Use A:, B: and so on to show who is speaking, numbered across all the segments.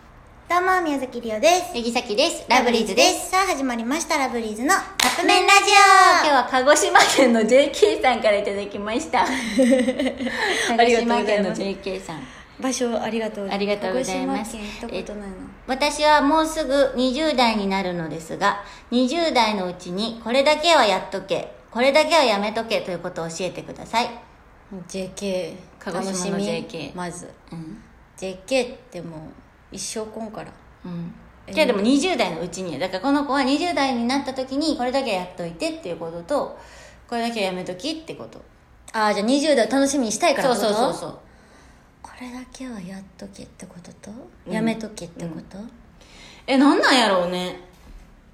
A: どうも、宮崎りおです。
B: ネギサキです。ラブリーズです。。
A: さあ、始まりました、ラブリーズのカップ
B: メ
A: 麺
B: ン
A: ラジ
B: 今日は鹿児島県の JK さんからいただきま した。鹿児島県の JK さん。
A: オ場所ありがとうございます。
B: ありがとうございます
A: 鹿児島県行ったことないの。
B: 私はもうすぐ20代になるのですが、20代のうちにこれだけはやっとけ、これだけはやめとけということを教えてください。
A: JK、
B: 鹿児島の JK
A: まず。
B: うん。
A: JK ってもう、一生こんから。
B: うん。けどでも20代のうちに、だからこの子は20代になった時にこれだけはやっといてっていうことと、これだけはやめときってこと。
A: ああ、じゃあ20代を楽しみにしたいから
B: そ
A: っ
B: う
A: て
B: そ
A: こ
B: う
A: と
B: そうそう。
A: これだけはやっとけってことと、
B: うん
A: やめとけってこと、
B: え、なんなんやろうね。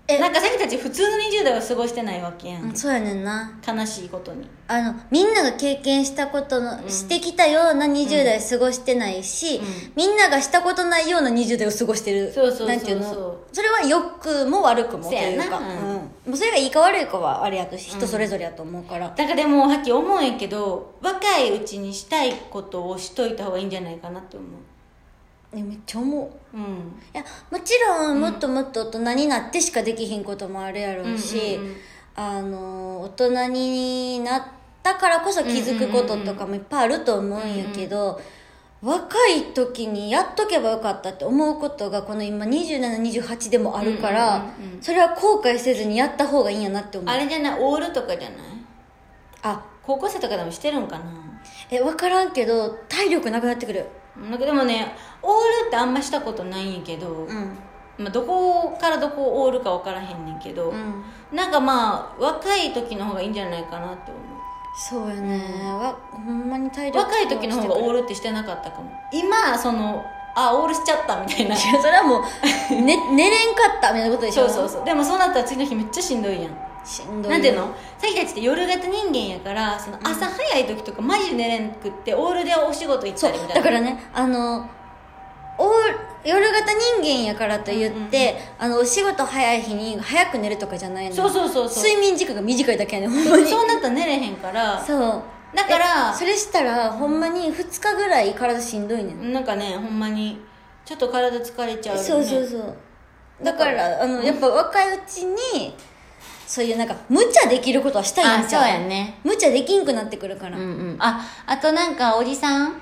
A: え
B: なんかさっきたち普通の20代を過ごしてないわけやん、
A: うんそうやねんな。
B: 悲しいことに
A: あのみんなが経験したことの、してきたような20代過ごしてないし、
B: うん
A: みんながしたことないような20代を過ごしてる
B: そうそうそうそう
A: なんていうのそれは良くも悪くもと
B: せ
A: い
B: やな
A: うか
B: うん
A: うんもうそれがいいか悪いかはあれやと人それぞれやと思うから、
B: だからでもさっき思うんやけど若いうちにしたいことをしといた方がいいんじゃないかなって思う
A: ねめっちゃ思う
B: うん
A: いやもちろんもっともっと大人になってしかできひんこともあるやろうし、
B: うんうんうん
A: あの大人になったからこそ気づくこととかもいっぱいあると思うんやけど、若い時にやっとけばよかったって思うことがこの今2728でもあるから、
B: うんうんうんうん
A: それは後悔せずにやった方がいいんやなって思う
B: あれじゃないオールとかじゃない
A: あ
B: 高校生とかでもしてるんかな
A: え分からんけど体力なくなってくる
B: なんかでもねオールってあんましたことないんやけど、
A: うん
B: まあ、どこからどこをオールか分からへんねんけど、
A: うん
B: なんかまあ若い時の方がいいんじゃないかなって
A: そ
B: 思
A: うやね、わほんまに体
B: う
A: 力
B: 若い時の方がオールってしてなかったかも今そのあオールしちゃったみたいない
A: やそれはもう、ね、寝れんかったみたいなことでし
B: そ
A: ょ
B: うそうそうでもそうなったら次の日めっちゃしんどいやん
A: しんどい
B: なんていうのさっきたちって夜型人間やからその朝早い時とかマジで寝れんくってオールでお仕事行っ
A: そ
B: た
A: う
B: りみたいな
A: だからねあのお夜型人間やからと言って、あのお仕事早い日に早く寝るとかじゃないの
B: そうそうそうそう
A: 睡眠時間が短いだけやねんほんまに
B: そうなったら寝れへんから
A: そう
B: だから
A: えそれしたらほんまに2日ぐらい体しんどいねん、
B: なんかねほんまにちょっと体疲れちゃうよね
A: そうそうそうだからあのやっぱ若いうちにそういうなんか無茶できることはしたいん
B: あ
A: です
B: そう
A: よ
B: やね
A: 無茶できんくなってくるから、
B: うんうんああとなんかおじさん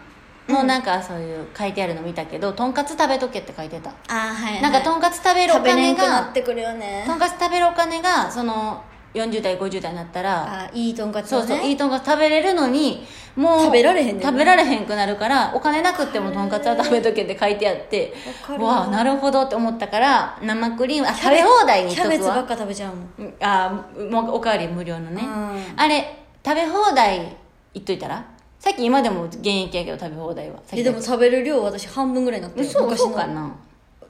B: のなんかそういう書いてあるの見たけど、とんかつ食べとけって書いてた、
A: あーはいはい
B: なんかとんかつ食べるお
A: 食べれ
B: 金
A: んくなっ
B: が
A: てくるよね
B: とんかつ食べるお金がその40代50代になったら
A: あいいとんかつ
B: そう
A: を
B: そう、
A: ね
B: いいとんかつ食べれるのにもう
A: 食べられへんねんな
B: 食べられへんくなるからお金なくってもとんかつは食べとけって書いてあって
A: わかる
B: わあなるほどって思ったから生クリームあ食べ放題にし
A: キ
B: と
A: ャベツ
B: く
A: ばっ
B: わ
A: か食べちゃうもん
B: うんあもうおかわり無料のね、
A: うん
B: あれ食べ放題言っといたらさっき今でも現役やけど食べ放題はさっ
A: え
B: き
A: でも食べる量私半分ぐらいになってる
B: そう
A: 昔
B: そう
A: の
B: かな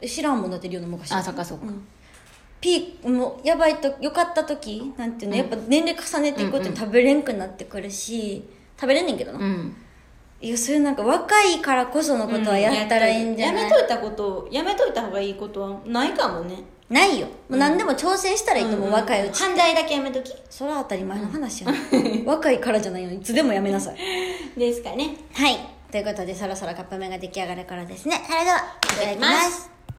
A: 知らんもんだって量の昔
B: あそっかそっか、
A: ピークもうやばいとよかった時なんていうの、やっぱ年齢重ねていくことに食べれんくなってくるし、食べれんねんけどな、
B: うん
A: いやそういうなんか若いからこそのことはやったらいいんじゃない、
B: やめといたことやめといた方がいいことはないかもね
A: ないよもう何でも挑戦したらいいと思う、若いうち
B: 犯罪だけやめとき
A: それは当たり前の話や、 ね若いからじゃないのいつでもやめなさい
B: ですかね
A: はい。ということで、そろそろカップ麺が出来上がるからですね。それでは、いただきます。